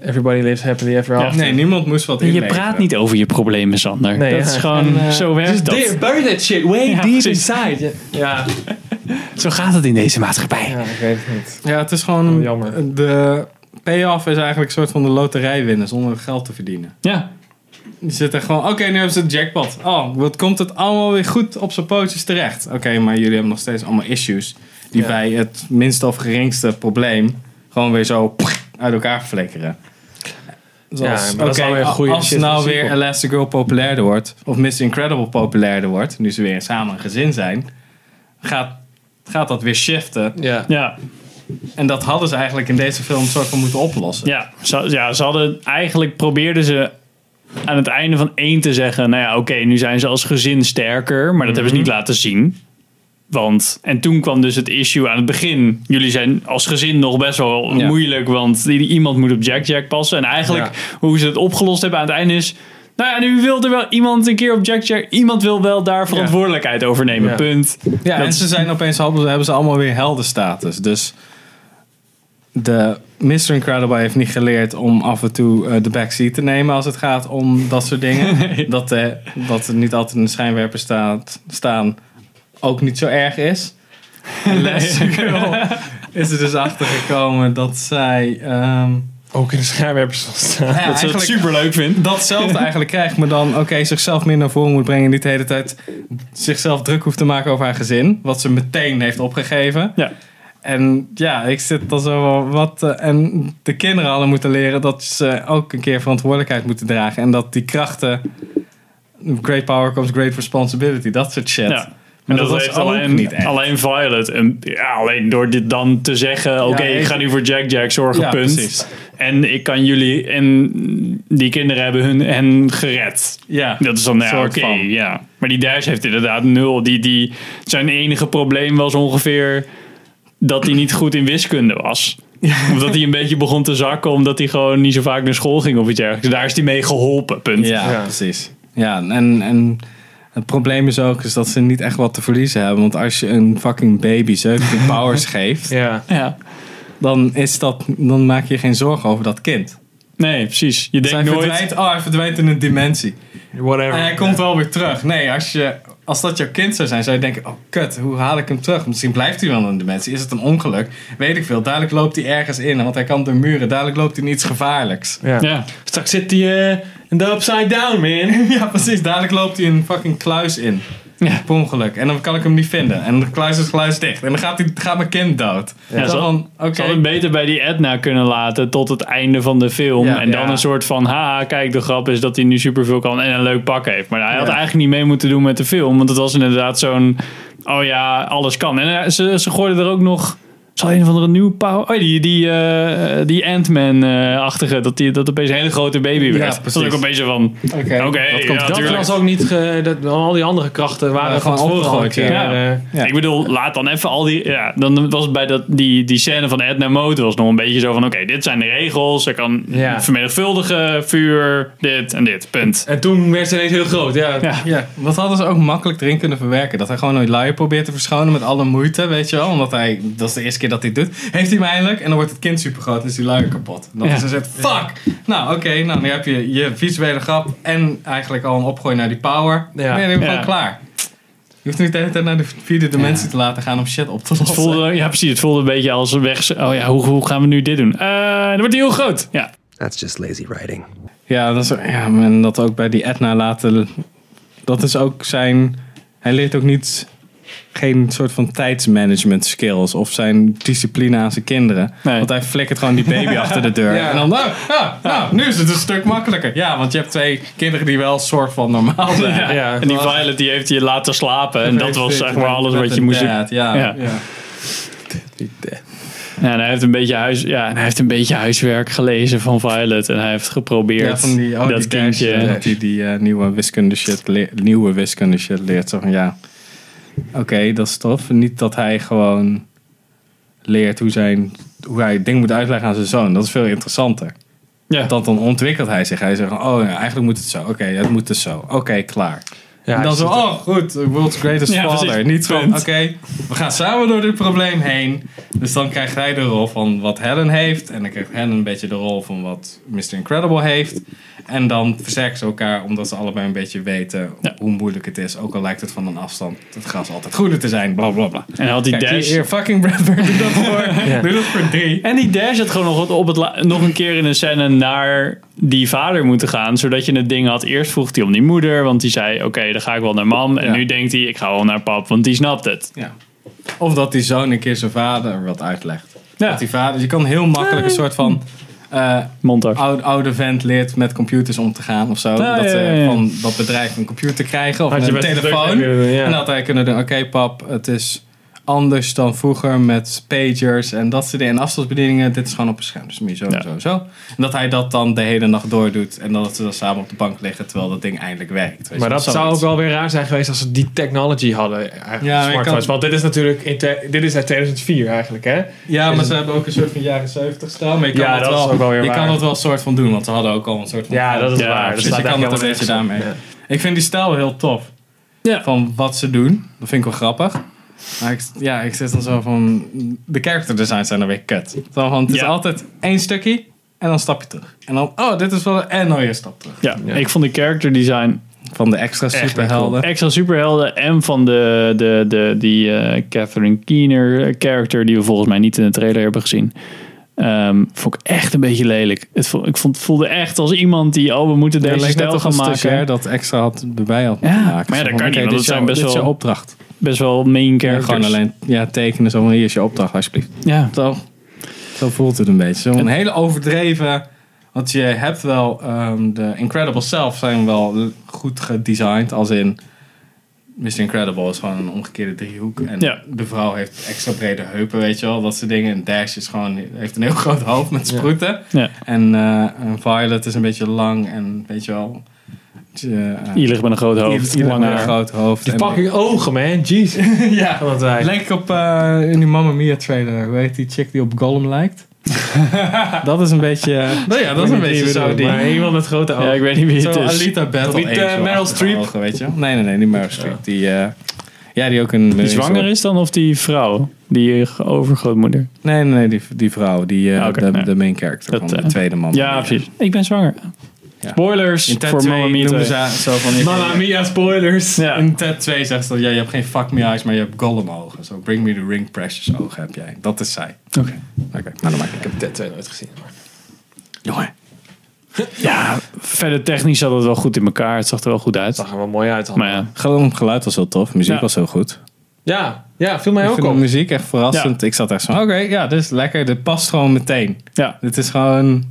Speaker 2: everybody lives happily ever after.
Speaker 5: praten. Nee, niemand moest wat
Speaker 1: En je
Speaker 5: inleveren.
Speaker 1: praat niet over je problemen, Sander.
Speaker 2: Nee,
Speaker 1: dat
Speaker 2: ja.
Speaker 1: is gewoon,
Speaker 2: En, eh,
Speaker 1: zo
Speaker 5: dus
Speaker 1: werkt dat.
Speaker 2: Just bury that shit way
Speaker 1: Ja,
Speaker 2: deep
Speaker 1: precies.
Speaker 2: inside. Ja,
Speaker 1: Zo gaat het in deze maatschappij.
Speaker 2: ja, ik weet het niet.
Speaker 5: Ja, het is gewoon...
Speaker 1: Oh,
Speaker 2: Wel jammer.
Speaker 5: De payoff is eigenlijk een soort van de loterij winnen zonder geld te verdienen.
Speaker 1: Ja,
Speaker 5: Die zitten gewoon, oké, nu hebben ze de jackpot. Oh, wat komt het allemaal weer goed op zijn pootjes terecht? Oké, maar jullie hebben nog steeds allemaal issues. Die
Speaker 2: Ja.
Speaker 5: bij het minste of geringste probleem gewoon weer zo uit elkaar flikkeren. Zoals,
Speaker 2: maar dat is
Speaker 5: oké,
Speaker 2: alweer een goede
Speaker 5: als
Speaker 2: shit
Speaker 5: nou
Speaker 2: van
Speaker 5: weer
Speaker 2: sequel.
Speaker 5: Elastigirl populairder wordt, of Miss Incredible populairder wordt, nu ze weer samen een gezin zijn, gaat, gaat dat weer shiften.
Speaker 2: Ja.
Speaker 1: ja,
Speaker 5: En dat hadden ze eigenlijk in deze film een soort van moeten oplossen.
Speaker 1: ja. Ze, ja, ze hadden, eigenlijk probeerden ze aan het einde van één te zeggen, nou ja, oké, nu zijn ze als gezin sterker, maar dat hebben ze niet laten zien. Want, en toen kwam dus het issue aan het begin. Jullie zijn als gezin nog best wel
Speaker 5: Ja.
Speaker 1: moeilijk, want i- iemand moet op Jack Jack passen. En eigenlijk
Speaker 2: Ja.
Speaker 1: hoe ze het opgelost hebben aan het einde is, Nou ja, nu wilde wel iemand een keer op Jack Jack. Iemand wil wel daar verantwoordelijkheid over nemen.
Speaker 2: Ja.
Speaker 1: Punt.
Speaker 5: Ja,
Speaker 1: Dat
Speaker 5: en
Speaker 1: is-
Speaker 5: ze zijn opeens hebben hebben ze allemaal weer heldenstatus. Dus de Mr. Incredible heeft niet geleerd om af en toe eh, de backseat te nemen als het gaat om dat soort dingen. Dat, eh, dat er niet altijd een schijnwerper staat, staan ook niet zo erg is. En Les Girl is er dus achter gekomen dat zij ehm,
Speaker 2: Ook in de schijnwerpers zal staan.
Speaker 5: ja,
Speaker 1: dat ze het
Speaker 5: eigenlijk-
Speaker 1: superleuk vindt.
Speaker 5: datzelfde eigenlijk krijgt, maar dan oké, zichzelf meer naar voren moet brengen. en Niet de hele tijd zichzelf druk hoeft te maken over haar gezin. Wat ze meteen heeft opgegeven.
Speaker 1: Ja.
Speaker 5: En ja, ik zit dan zo wel wat. eh, en de kinderen hadden moeten leren dat ze ook een keer verantwoordelijkheid moeten dragen. En dat die krachten. Great power comes great responsibility. Dat soort shit.
Speaker 1: Ja. En dat, heeft alleen, alleen Violet. En, ja, alleen door dit dan te zeggen: oké,
Speaker 5: Ja,
Speaker 1: ik ga
Speaker 5: ik-
Speaker 1: nu voor Jack Jack zorgen,
Speaker 5: Ja,
Speaker 1: punt.
Speaker 5: precies.
Speaker 1: En ik kan jullie. En die kinderen hebben hun, hen gered.
Speaker 5: Ja,
Speaker 1: Dat is dan, nou, ja,
Speaker 5: soort
Speaker 1: oké,
Speaker 5: van.
Speaker 1: ja. Maar die Duits heeft inderdaad nul. Die, die, zijn enige probleem was ongeveer dat hij niet goed in wiskunde was. Of dat hij een beetje begon te zakken omdat hij gewoon niet zo vaak naar school ging of iets dergelijks. Dus Daar is hij mee geholpen, punt.
Speaker 5: Ja,
Speaker 2: Ja.
Speaker 5: precies. Ja, en, en het probleem is ook is dat ze niet echt wat te verliezen hebben. Want als je een fucking baby 17 powers geeft,
Speaker 2: Ja.
Speaker 1: Ja.
Speaker 5: dan, is dat, dan maak je geen zorgen over dat kind.
Speaker 1: Nee, precies. Je
Speaker 5: Zij
Speaker 1: denkt nooit...
Speaker 5: verdwijnt, oh, hij verdwijnt in een dimensie. En hij
Speaker 2: Whatever.
Speaker 5: komt wel weer terug. Nee, als, je, als dat jouw kind zou zijn, zou je denken, oh kut, hoe haal ik hem terug? Misschien blijft hij wel in een dimensie. Is het een ongeluk? Weet ik veel. Dadelijk loopt hij ergens in, want hij kan door muren. Dadelijk loopt hij in iets gevaarlijks.
Speaker 2: Ja.
Speaker 1: Ja.
Speaker 2: Straks zit hij eh, in de upside down, man.
Speaker 5: Ja, precies. Dadelijk loopt hij een fucking kluis in.
Speaker 1: Ja.
Speaker 5: Per ongeluk. En dan kan ik hem niet vinden. En de kluis is kluis dicht. En dan gaat, hij, gaat mijn kind dood. Ja,
Speaker 1: ze-
Speaker 5: dan,
Speaker 1: Ze
Speaker 5: oké.
Speaker 1: hadden
Speaker 2: eh,
Speaker 1: hem beter bij die Edna kunnen laten tot het einde van de film.
Speaker 5: Ja.
Speaker 1: en dan
Speaker 5: Ja.
Speaker 1: een soort van, haha, kijk, de grap is dat hij nu superveel kan en een leuk pak heeft. Maar hij had
Speaker 5: Ja.
Speaker 1: eigenlijk niet mee moeten doen met de film. Want het was inderdaad zo'n, oh ja, alles kan. En eh, ze, ze gooiden er ook nog, zal een of andere nieuw power... Oh, die, die, eh, die Ant-Man-achtige, dat, die, dat opeens een hele grote baby werd. dat was
Speaker 5: precies.
Speaker 1: ook een beetje van, oké,
Speaker 5: Oké,
Speaker 2: Dat,
Speaker 1: ja,
Speaker 2: komt, dat
Speaker 1: tuurlijk.
Speaker 2: was ook niet. ge- dat, al die andere krachten waren
Speaker 5: Ja,
Speaker 2: gewoon
Speaker 5: gewoon
Speaker 2: van tevoren al een keer.
Speaker 5: opgegooid,
Speaker 1: ja.
Speaker 2: eh,
Speaker 5: Ja.
Speaker 1: Ik bedoel, laat dan even al die. Ja, dan was het bij dat, die, die scène van Edna Mode was nog een beetje zo van: oké, dit zijn de regels. Er kan
Speaker 2: Ja.
Speaker 1: vermenigvuldigen, vuur, dit en dit. Punt.
Speaker 2: En toen werd ze ineens heel groot. Ja.
Speaker 1: Ja.
Speaker 5: Ja, dat hadden ze ook makkelijk erin kunnen verwerken. Dat hij gewoon nooit luier probeert te verschonen met alle moeite, weet je wel. Omdat hij, dat is de eerste keer dat hij het doet. Heeft hij hem eindelijk en dan wordt het kind supergroot en is die luier kapot. Dan
Speaker 1: Ja.
Speaker 5: is hij zegt, fuck! Nou, oké, nou nu heb je je visuele grap en eigenlijk al een opgooi naar die power.
Speaker 2: Ja.
Speaker 5: Dan ben je gewoon
Speaker 1: Ja.
Speaker 5: klaar. Je hoeft niet de hele tijd naar de vierde dimensie te laten gaan om shit op te
Speaker 1: Het
Speaker 5: lossen.
Speaker 1: voelde, ja, precies. Het voelde een beetje als een weg. Oh ja, hoe, hoe gaan we nu dit doen? Eh, dan wordt hij heel groot. Ja.
Speaker 8: That's just lazy writing.
Speaker 5: Ja, dat is, ja, en dat ook bij die Edna laten. Dat is ook zijn. Hij leert ook niet. Geen soort van tijdsmanagement skills of zijn discipline aan zijn kinderen.
Speaker 1: Nee.
Speaker 5: Want hij flikkert gewoon die baby achter de deur. En dan, nou, nou, nou, nu is het een stuk makkelijker. Ja, want je hebt twee kinderen die wel soort van normaal zijn.
Speaker 1: Ja.
Speaker 2: Ja.
Speaker 1: En die Violet die heeft je laten slapen. En dat was zeg maar alles wat je moest doen.
Speaker 5: Inderdaad, Ja,
Speaker 1: Ja.
Speaker 2: Ja.
Speaker 1: Ja, en hij heeft, een beetje huis, ja, en hij heeft een beetje huiswerk gelezen van Violet. En hij heeft geprobeerd
Speaker 5: Ja, van die, oh,
Speaker 1: dat
Speaker 5: die
Speaker 1: kindje.
Speaker 5: dash, dat die, die eh, nieuwe wiskunde shit, leer- nieuwe wiskunde shit leert. Zo van ja, oké, dat is tof. Niet dat hij gewoon leert hoe, zijn, hoe hij dingen moet uitleggen aan zijn zoon. Dat is veel interessanter.
Speaker 1: Ja.
Speaker 5: Want dan ontwikkelt hij zich. Hij zegt, van, oh ja, eigenlijk moet het zo. Oké, het moet dus zo. Oké, klaar.
Speaker 2: Ja,
Speaker 5: en dan
Speaker 2: ik
Speaker 5: zo,
Speaker 2: zit er-
Speaker 5: oh goed, world's greatest
Speaker 1: Ja,
Speaker 5: father.
Speaker 1: precies.
Speaker 5: Niet van,
Speaker 1: Punt.
Speaker 5: oké, we gaan samen door dit probleem heen. Dus dan krijgt hij de rol van wat Helen heeft. En dan krijgt Helen een beetje de rol van wat Mr. Incredible heeft. En dan versterken ze elkaar omdat ze allebei een beetje weten
Speaker 1: Ja.
Speaker 5: hoe moeilijk het is. Ook al lijkt het van een afstand het gras altijd groener te zijn. Bla bla bla.
Speaker 1: En hij had die
Speaker 5: Kijk, hier,
Speaker 1: dash.
Speaker 5: hier, fucking Bradford, doe dat voor, doe dat voor drie.
Speaker 1: En die Dash had gewoon nog, wat op het la- nog een keer in een scène naar die vader moeten gaan. Zodat je het ding had. Eerst vroeg hij om die moeder, want die zei: Oké, dan ga ik wel naar mam. En
Speaker 5: Ja.
Speaker 1: nu denkt hij: Ik ga wel naar pap, want die snapt het.
Speaker 5: Ja. Of dat die zoon een keer zijn vader wat uitlegt.
Speaker 1: Ja.
Speaker 5: Dat die vader, je kan heel makkelijk een soort van... eh,
Speaker 1: Mondag.
Speaker 5: oude, oude vent leert met computers om te gaan of zo.
Speaker 1: ja,
Speaker 5: dat ze
Speaker 1: ja, ja.
Speaker 5: van dat bedrijf een computer krijgen of
Speaker 2: Had je
Speaker 5: een
Speaker 2: best een
Speaker 5: telefoon.
Speaker 2: druk mee kunnen doen, ja.
Speaker 5: En dat hij kunnen doen, oké pap, het is anders dan vroeger met pagers en dat soort dingen. En afstandsbedieningen, dit is gewoon op een scherm. Dus moet je zo,
Speaker 1: Ja.
Speaker 5: zo, zo. En dat hij dat dan de hele nacht doordoet. En dat ze dan samen op de bank liggen terwijl dat ding eindelijk werkt. Weet
Speaker 2: Maar
Speaker 5: je,
Speaker 2: dat zou
Speaker 5: zoiets.
Speaker 2: ook wel weer raar zijn geweest als ze die technology hadden. eh, Eigenlijk
Speaker 5: Ja, maar je
Speaker 2: smartphones.
Speaker 5: kan-
Speaker 2: Want dit is natuurlijk in te- dit is uit 2004 eigenlijk, hè?
Speaker 5: Ja, maar
Speaker 2: Is
Speaker 5: ze
Speaker 2: het-
Speaker 5: hebben ook een soort van jaren 70 stijl. Maar je kan
Speaker 2: Ja,
Speaker 5: dat,
Speaker 2: dat
Speaker 5: wel,
Speaker 2: is ook wel weer
Speaker 5: je
Speaker 2: waar.
Speaker 5: kan dat wel een soort van doen, want ze hadden ook al een soort van.
Speaker 2: Ja, dat is
Speaker 1: Ja,
Speaker 2: waar.
Speaker 1: dus
Speaker 2: Dat
Speaker 5: dus
Speaker 2: slaat
Speaker 5: je kan het
Speaker 2: eigenlijk
Speaker 5: een beetje
Speaker 2: helemaal
Speaker 5: daarmee.
Speaker 2: nergens op.
Speaker 5: Ik vind die stijl heel tof.
Speaker 1: Ja.
Speaker 5: Van wat ze doen. Dat vind ik wel grappig. Maar ik, ja, ik zit dan zo van. De character designs zijn dan weer kut. Zo van, het is
Speaker 1: Ja.
Speaker 5: altijd één stukje en dan stap je terug. En dan, oh, dit is wel een en een stap terug.
Speaker 1: Ja, ik vond de character design
Speaker 5: Van de extra superhelden.
Speaker 1: extra superhelden en van de, de, de, die eh, Catherine Keener character die we volgens mij niet in de trailer hebben gezien. Ehm, vond ik echt een beetje lelijk. Het vo- ik vond, het voelde echt als iemand die, oh we moeten
Speaker 5: Ja,
Speaker 1: deze
Speaker 5: lijkt net
Speaker 1: stijl
Speaker 5: toch
Speaker 1: gaan
Speaker 5: een
Speaker 1: maken.
Speaker 5: stagiair dat extra had erbij had
Speaker 1: Ja,
Speaker 5: moeten
Speaker 1: maar ja,
Speaker 5: maken. Zo
Speaker 1: dat
Speaker 5: van,
Speaker 1: kan niet, want
Speaker 5: oké, dit
Speaker 1: dat
Speaker 5: is
Speaker 1: zijn
Speaker 5: jouw-
Speaker 1: best
Speaker 5: dit is
Speaker 1: wel-
Speaker 5: je opdracht.
Speaker 1: Best wel main
Speaker 5: Ja,
Speaker 1: characters.
Speaker 5: gewoon alleen ja, tekenen. Zo van, hier is je opdracht, alsjeblieft.
Speaker 1: Ja.
Speaker 5: Zo, zo voelt het een beetje. Zo'n hele overdreven. Want je hebt wel. ehm, de Incredible zelf zijn wel l- goed gedesigned. Als in. Mr. Incredible is gewoon een omgekeerde driehoek. En
Speaker 1: Ja.
Speaker 5: de vrouw heeft extra brede heupen, weet je wel. Dat soort dingen. En Dash is gewoon, heeft een heel groot hoofd met sproeten.
Speaker 1: Ja.
Speaker 5: En eh, en Violet is een beetje lang en weet je wel. Je, eh,
Speaker 1: Ielig met een groot hoofd.
Speaker 5: ieder
Speaker 1: lang
Speaker 5: met een
Speaker 1: haar.
Speaker 5: groot hoofd.
Speaker 2: Die
Speaker 5: En-
Speaker 2: fucking ogen, man. Jeez.
Speaker 5: ja,
Speaker 2: Van dat wij.
Speaker 5: Lijkt op eh, in die Mamma Mia trailer. Hoe heet die chick die op Gollum lijkt? dat is een beetje... nou ja, dat is een beetje zo die...
Speaker 2: Maar iemand met grote ogen.
Speaker 1: Ja, ik weet niet wie
Speaker 5: Zo
Speaker 1: het is.
Speaker 5: Alita Battle
Speaker 2: Niet, eh,
Speaker 5: Angel
Speaker 2: Meryl
Speaker 5: achtige
Speaker 2: Streep?
Speaker 5: ogen, weet je? wel. Nee, nee, nee, niet Meryl Streep. Die, eh, ja, die ook een...
Speaker 1: Die zwanger is dan of die vrouw? Die overgrootmoeder.
Speaker 5: Nee, nee, nee, die, die vrouw. Die, eh,
Speaker 1: Ja, oké,
Speaker 5: de,
Speaker 1: nee.
Speaker 5: de main character
Speaker 1: Dat,
Speaker 5: van
Speaker 1: eh,
Speaker 5: de tweede man.
Speaker 1: Ja, precies. Ik ben zwanger.
Speaker 5: Ja.
Speaker 1: Spoilers
Speaker 5: In Ted
Speaker 1: voor
Speaker 5: 2
Speaker 1: Mamma Mia
Speaker 5: noemen
Speaker 1: 2.
Speaker 5: ze zo van...
Speaker 2: Mamma mia, spoilers.
Speaker 1: Ja.
Speaker 5: In Ted 2 zegt ze dat ja, je hebt geen fuck me eyes, maar je hebt Gollum ogen. Zo, bring me the ring precious ogen heb jij. Dat is zij.
Speaker 1: Oké.
Speaker 5: Oké, nou dan maak ik
Speaker 2: Ted 2 nooit gezien. maar-
Speaker 5: Jongen.
Speaker 1: Ja, verder technisch zat het wel goed in elkaar. Het zag er wel goed uit.
Speaker 2: Zag er wel mooi uit.
Speaker 1: Maar ja,
Speaker 5: Gewoon geluid was heel tof. Muziek
Speaker 1: Ja.
Speaker 5: was heel goed.
Speaker 2: Ja, ja, viel mij
Speaker 5: Ik
Speaker 2: ook
Speaker 5: vind de
Speaker 2: op.
Speaker 5: muziek echt verrassend. Ik zat echt zo oké, ja, dit is lekker. Dit past gewoon meteen.
Speaker 1: ja.
Speaker 5: Dit is gewoon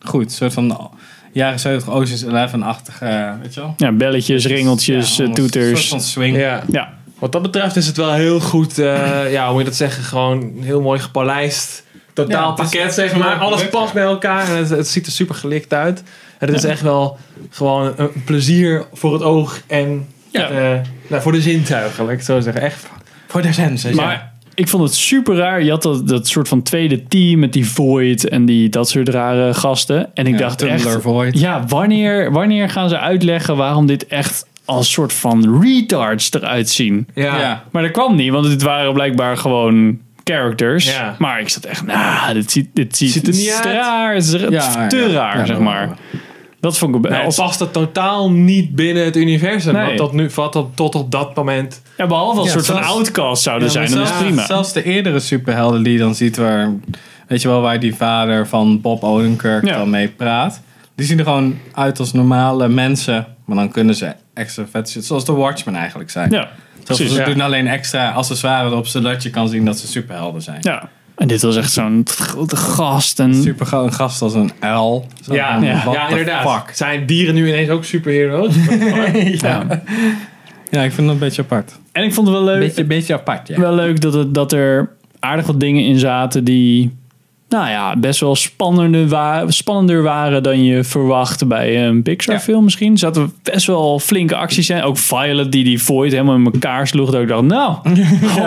Speaker 5: goed. Een soort van oh, jaren 70 Ocean's 11-achtige, weet je wel?
Speaker 1: ja belletjes, ringeltjes,
Speaker 5: Ja,
Speaker 1: eh,
Speaker 5: Een soort
Speaker 1: toeters.
Speaker 5: van swing.
Speaker 2: Ja.
Speaker 1: Ja,
Speaker 2: Wat dat betreft is het wel heel goed, eh, ja, hoe moet je dat zeggen, gewoon heel mooi gepolijst. Totaal
Speaker 5: Ja, het is
Speaker 2: pakket,
Speaker 5: echt
Speaker 2: zeg
Speaker 5: een
Speaker 2: maar.
Speaker 5: mooi
Speaker 2: Alles
Speaker 5: product,
Speaker 2: past
Speaker 5: ja.
Speaker 2: bij elkaar en het, het ziet er super gelikt uit. En het is echt wel gewoon een, een plezier voor het oog en
Speaker 1: Ja.
Speaker 2: eh, nou, voor de zintuigen, laat ik het zo zeggen. Echt.
Speaker 5: Voor de sens. weet je wel.
Speaker 1: maar ik vond het super raar. Je had dat, dat soort van tweede team met die Void en die, dat soort rare gasten. En ik
Speaker 5: Ja,
Speaker 1: dacht
Speaker 5: Tumblr
Speaker 1: echt...
Speaker 5: Void.
Speaker 1: Ja, wanneer, wanneer gaan ze uitleggen waarom dit echt als soort van retards eruit zien?
Speaker 2: Ja. Nou,
Speaker 5: Ja.
Speaker 1: Maar dat kwam niet, want het waren blijkbaar gewoon characters.
Speaker 2: Ja.
Speaker 1: Maar ik zat echt, nou, dit ziet, dit ziet,
Speaker 2: Ziet er niet
Speaker 1: het is
Speaker 2: uit.
Speaker 1: raar. Het is ra-
Speaker 5: Ja,
Speaker 1: te
Speaker 5: ja.
Speaker 1: raar,
Speaker 5: Ja,
Speaker 1: zeg
Speaker 5: dat-
Speaker 1: maar. Dat vond ik... be-
Speaker 2: Nee,
Speaker 1: als-
Speaker 2: het past het totaal niet binnen het universum.
Speaker 1: Nee.
Speaker 2: Wat, dat nu, wat dat tot op dat moment.
Speaker 1: ja, behalve als
Speaker 5: Ja,
Speaker 1: soort van
Speaker 5: zelfs-
Speaker 1: outcast zouden
Speaker 5: Ja, maar
Speaker 1: zijn, dan is het
Speaker 5: zelfs-
Speaker 1: prima.
Speaker 5: Zelfs de eerdere superhelden die je dan ziet waar, weet je wel, waar die vader van Bob Odenkirk
Speaker 1: Ja.
Speaker 5: dan mee praat. Die zien er gewoon uit als normale mensen, maar dan kunnen ze extra vet shit, zoals de Watchmen eigenlijk zijn.
Speaker 1: Ja,
Speaker 5: Zoals
Speaker 1: precies.
Speaker 5: ze
Speaker 1: Ja.
Speaker 5: doen alleen extra accessoires op, zodat je kan zien dat ze superhelden zijn.
Speaker 1: Ja. En dit was echt zo'n grote gast. En
Speaker 5: Super ga- een gast als een L. Zo
Speaker 2: Ja,
Speaker 5: van,
Speaker 1: ja.
Speaker 5: what
Speaker 2: ja
Speaker 5: the
Speaker 2: inderdaad.
Speaker 5: fuck?
Speaker 2: Zijn dieren nu ineens ook superheroes?
Speaker 5: Ja, ik vind dat een beetje apart.
Speaker 1: En ik vond het wel leuk,
Speaker 5: beetje apart, ja.
Speaker 1: wel leuk dat, het, dat er aardig wat dingen in zaten die... Nou ja, best wel spannender, wa- spannender waren dan je verwacht bij een Pixar
Speaker 5: Ja.
Speaker 1: film misschien. Er zaten best wel flinke acties in. Ook Violet die die Void helemaal in elkaar sloeg. Dat ik dacht, nou,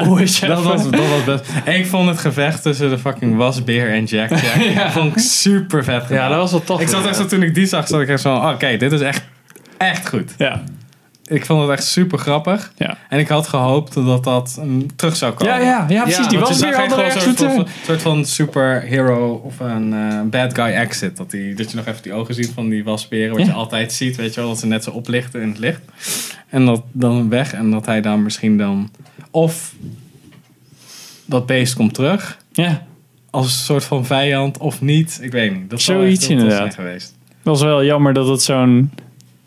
Speaker 1: oh, is
Speaker 5: Dat was, dat was best. En ik vond het gevecht tussen de fucking wasbeer en Jack Jack vond ik super vet. gedaan.
Speaker 2: Ja, dat was wel tof.
Speaker 5: Ik zat echt zo, toen ik die zag, zat ik echt zo van, oké, dit is echt, echt goed.
Speaker 1: Ja,
Speaker 5: Ik vond het echt super grappig.
Speaker 1: ja.
Speaker 5: En ik had gehoopt dat dat mm, terug zou komen.
Speaker 1: Ja, ja, ja, precies.
Speaker 2: Ja,
Speaker 1: die
Speaker 5: Want
Speaker 1: was
Speaker 5: je
Speaker 1: weer
Speaker 5: zag echt
Speaker 1: allemaal
Speaker 5: wel
Speaker 1: ergens
Speaker 5: een soort,
Speaker 1: meteen.
Speaker 5: van- soort van superhero of een eh, bad guy exit. Dat, die, dat je nog even die ogen ziet van die wasperen. Wat
Speaker 1: Ja.
Speaker 5: je altijd ziet, weet je wel. Dat ze net zo oplichten in het licht. En dat dan weg. En dat hij dan misschien dan... Of dat beest komt terug.
Speaker 1: Ja,
Speaker 5: Als een soort van vijand of niet. Ik weet niet. Dat zou
Speaker 1: Zoiets
Speaker 5: echt heel tof zijn
Speaker 1: inderdaad.
Speaker 5: geweest.
Speaker 1: was wel jammer dat het zo'n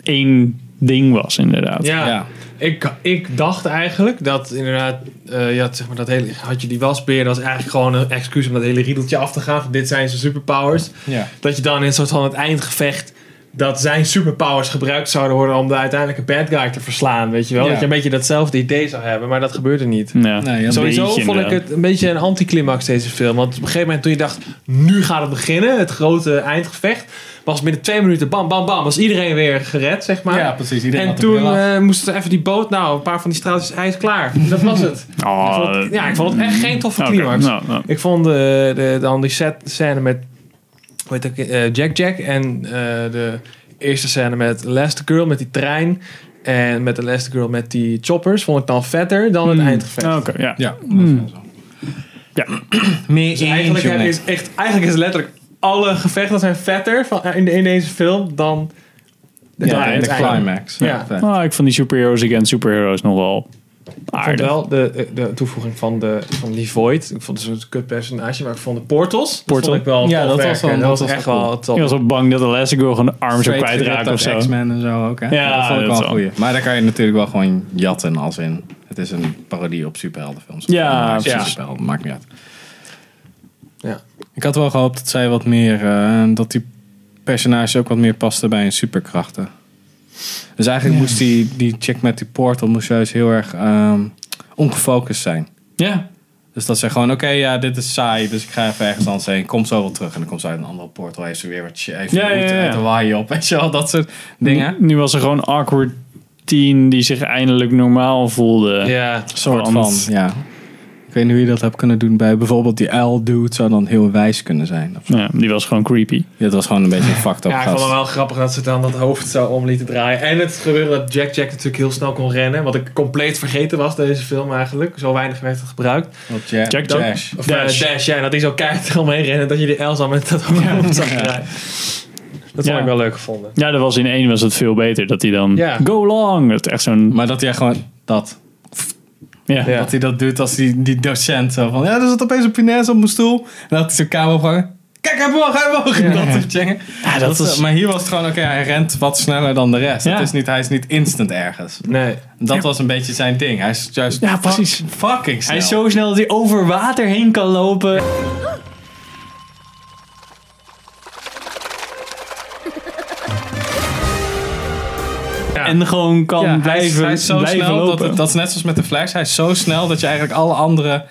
Speaker 1: één ding was inderdaad.
Speaker 2: Ja,
Speaker 5: Ja.
Speaker 2: Ik, ik dacht eigenlijk dat inderdaad, eh, je had, zeg maar, dat hele, had je die wasbeer, dat was eigenlijk gewoon een excuus om dat hele riedeltje af te gaan. Van dit zijn zijn superpowers.
Speaker 5: Ja.
Speaker 2: Dat je dan in een soort van het eindgevecht dat zijn superpowers gebruikt zouden worden om de uiteindelijke bad guy te verslaan, weet je wel?
Speaker 5: Ja.
Speaker 2: Dat je een beetje datzelfde idee zou hebben, maar dat gebeurde niet.
Speaker 1: Ja.
Speaker 5: Nee, ja,
Speaker 2: Sowieso
Speaker 1: Beetje
Speaker 2: vond ik
Speaker 1: inderdaad.
Speaker 2: het een beetje een anticlimax deze film. Want op een gegeven moment toen je dacht, nu gaat het beginnen, het grote eindgevecht. Was binnen twee minuten bam, bam, bam, was iedereen weer gered, zeg maar.
Speaker 5: Ja, precies. Iedereen
Speaker 2: en
Speaker 5: had de bril
Speaker 2: toen
Speaker 5: af.
Speaker 2: eh, moesten we even die boot, nou, een paar van die straaltjes ijs klaar. Dat was het.
Speaker 1: Oh,
Speaker 2: Ik vond het- ja, ik vond het echt geen toffe
Speaker 1: mm, oké,
Speaker 2: climax.
Speaker 1: nou, nou.
Speaker 2: Ik vond de, de, dan die set, scène met hoe heet het, ook, eh, Jack Jack en eh, de eerste scène met Elastigirl met die trein en met Elastigirl met die choppers vond ik dan vetter dan het eindgevecht.
Speaker 1: Hmm, Ah, Oké, ja.
Speaker 5: Ja.
Speaker 1: hmm. Ja.
Speaker 5: Meer
Speaker 2: Dus eigenlijk, heb- is echt, eigenlijk is letterlijk alle gevechten zijn vetter van, in, de- in deze film dan de,
Speaker 5: Ja,
Speaker 2: het
Speaker 5: en de
Speaker 2: einde.
Speaker 5: climax.
Speaker 2: Ja.
Speaker 5: fijn.
Speaker 1: Ah, ik vond die superheroes against superheroes nog wel
Speaker 2: Ik vond
Speaker 1: aardig.
Speaker 2: wel de, eh, de toevoeging van, de, van die Void. Ik vond het een kut personage, maar ik vond de Portals.
Speaker 1: Portal.
Speaker 2: Dat vond ik wel
Speaker 5: Ja, dat
Speaker 2: tof
Speaker 5: was
Speaker 2: werken.
Speaker 5: wel-
Speaker 2: En dat
Speaker 5: dat
Speaker 2: was
Speaker 5: was
Speaker 2: echt
Speaker 5: wel cool.
Speaker 2: wel top.
Speaker 1: Ik was wel bang dat Elastigirl gewoon de arm zou
Speaker 5: Straight
Speaker 1: kwijtraken
Speaker 5: gericht
Speaker 1: of
Speaker 5: op
Speaker 1: zo.
Speaker 5: X-Men en zo ook, hè?
Speaker 1: Ja,
Speaker 5: dat vond ik
Speaker 1: dat
Speaker 5: wel een
Speaker 1: wel.
Speaker 5: goeie. Maar daar kan je natuurlijk wel gewoon jatten als in... Het is een parodie op superheldenfilms.
Speaker 1: Ja,
Speaker 5: Een actie-
Speaker 1: precies.
Speaker 5: superhelden, maakt niet uit.
Speaker 2: Ja.
Speaker 5: Ik had wel gehoopt dat zij wat meer... eh, dat die personage ook wat meer paste bij hun superkrachten. Dus eigenlijk moest die, die chick met die portal moest juist heel erg ehm, ongefocust zijn.
Speaker 1: Ja.
Speaker 5: Dus dat ze gewoon, oké, ja, dit is saai, dus ik ga even ergens anders heen. Kom zo wel terug. En dan komt ze uit een andere portal, heeft ze weer wat shit, heeft
Speaker 1: Ja,
Speaker 5: ja,
Speaker 1: ja, ja.
Speaker 5: uit de waai op. Weet je wel, dat soort dingen.
Speaker 1: Nu was er gewoon awkward teen die zich eindelijk normaal voelde.
Speaker 2: Ja.
Speaker 5: soort van,
Speaker 1: Want-
Speaker 5: ja. Ik weet niet hoe je dat hebt kunnen doen bij bijvoorbeeld die uil dude zou dan heel wijs kunnen zijn. Of zo.
Speaker 1: Ja, die was gewoon creepy.
Speaker 5: Dit was gewoon een beetje een fucked up
Speaker 2: Ja, ik vond
Speaker 5: gast.
Speaker 2: het wel grappig dat ze dan dat hoofd zo om lieten draaien. En het gebeurde dat Jack Jack natuurlijk heel snel kon rennen. Wat ik compleet vergeten was, deze film eigenlijk. Zo weinig werd het gebruikt.
Speaker 5: Want ja,
Speaker 1: Jack
Speaker 5: Dash.
Speaker 1: Jack.
Speaker 2: Of eh,
Speaker 1: Dash.
Speaker 2: Dash. ja. Dat hij zo keihard omheen rennen dat je die Elsa met dat hoofd zag draaien. Dat vond
Speaker 1: Ja.
Speaker 2: ik wel leuk gevonden.
Speaker 1: Ja, dat was in één was het veel beter. Dat hij dan
Speaker 2: Ja.
Speaker 1: go long. Dat is echt zo'n...
Speaker 5: Maar dat hij gewoon dat.
Speaker 1: Ja.
Speaker 2: Ja.
Speaker 5: Dat hij dat doet als die, die docent zo van... Ja, er zat opeens een punaise op mijn stoel. En dat hij zijn kamer ophangen. Kijk, hij boog, hij boog. Dat soort dingen.
Speaker 1: Ja, dat
Speaker 5: Dat is- eh,
Speaker 1: is...
Speaker 5: maar hier was het gewoon, oké, hij rent wat sneller dan de rest.
Speaker 1: Ja.
Speaker 5: Het is niet, hij is niet instant ergens.
Speaker 2: Nee.
Speaker 5: Dat was een beetje zijn ding. Hij is juist
Speaker 1: Ja,
Speaker 5: fuck-
Speaker 1: precies.
Speaker 5: fucking snel.
Speaker 1: Hij is zo snel dat hij over water heen kan lopen.
Speaker 2: Ja.
Speaker 1: En gewoon kan
Speaker 5: Ja, hij is-
Speaker 1: blijven,
Speaker 5: hij is zo
Speaker 1: blijven
Speaker 5: snel
Speaker 1: lopen.
Speaker 5: Dat, het- dat is net zoals met de Flash. Hij is zo snel dat je eigenlijk alle andere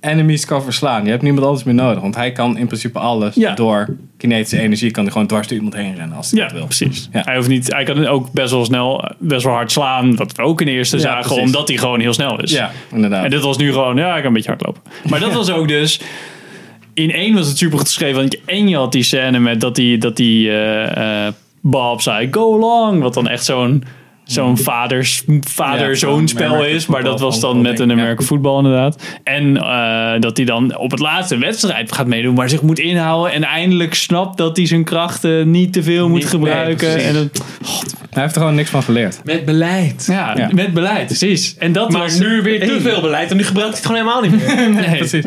Speaker 5: enemies kan verslaan. Je hebt niemand anders meer nodig. Want hij kan in principe alles
Speaker 1: Ja.
Speaker 5: door kinetische energie. Kan hij gewoon dwars door iemand heen rennen als hij
Speaker 1: Ja,
Speaker 5: dat wil.
Speaker 1: precies.
Speaker 5: Ja.
Speaker 1: Hij, hoeft niet, hij kan ook best wel snel, eh, best wel hard slaan. Wat we ook in de eerste
Speaker 5: Ja,
Speaker 1: zagen,
Speaker 5: precies.
Speaker 1: omdat hij gewoon heel snel is.
Speaker 5: Ja, inderdaad.
Speaker 1: En dit was nu gewoon, ja, ik kan een beetje hardlopen. Maar dat was ook dus... In één was het super goed geschreven. Want je- en je had die scène met dat die, dat die eh, eh, Bob zei, go long. Wat dan echt zo'n zo'n vaders,
Speaker 5: Mm. Ja,
Speaker 1: vader-zoon
Speaker 5: zo'n
Speaker 1: spel
Speaker 5: American
Speaker 1: is. Maar dat
Speaker 5: football
Speaker 1: was dan
Speaker 5: voetbal
Speaker 1: met een
Speaker 5: ding, ja.
Speaker 1: American voetbal inderdaad. En eh, dat hij dan op het laatste wedstrijd gaat meedoen. Maar zich moet inhouden. En eindelijk snapt dat hij zijn krachten niet te veel moet
Speaker 5: Niet- nee,
Speaker 1: gebruiken.
Speaker 5: precies.
Speaker 1: en dat-
Speaker 5: Hij heeft er gewoon niks van geleerd.
Speaker 2: Met beleid.
Speaker 1: ja,
Speaker 5: Ja.
Speaker 1: met beleid, precies. En dat
Speaker 2: Maar
Speaker 1: was
Speaker 2: nu weer te
Speaker 1: één.
Speaker 2: veel beleid en nu gebruikt hij het gewoon helemaal niet meer.
Speaker 1: Nee.
Speaker 5: Precies.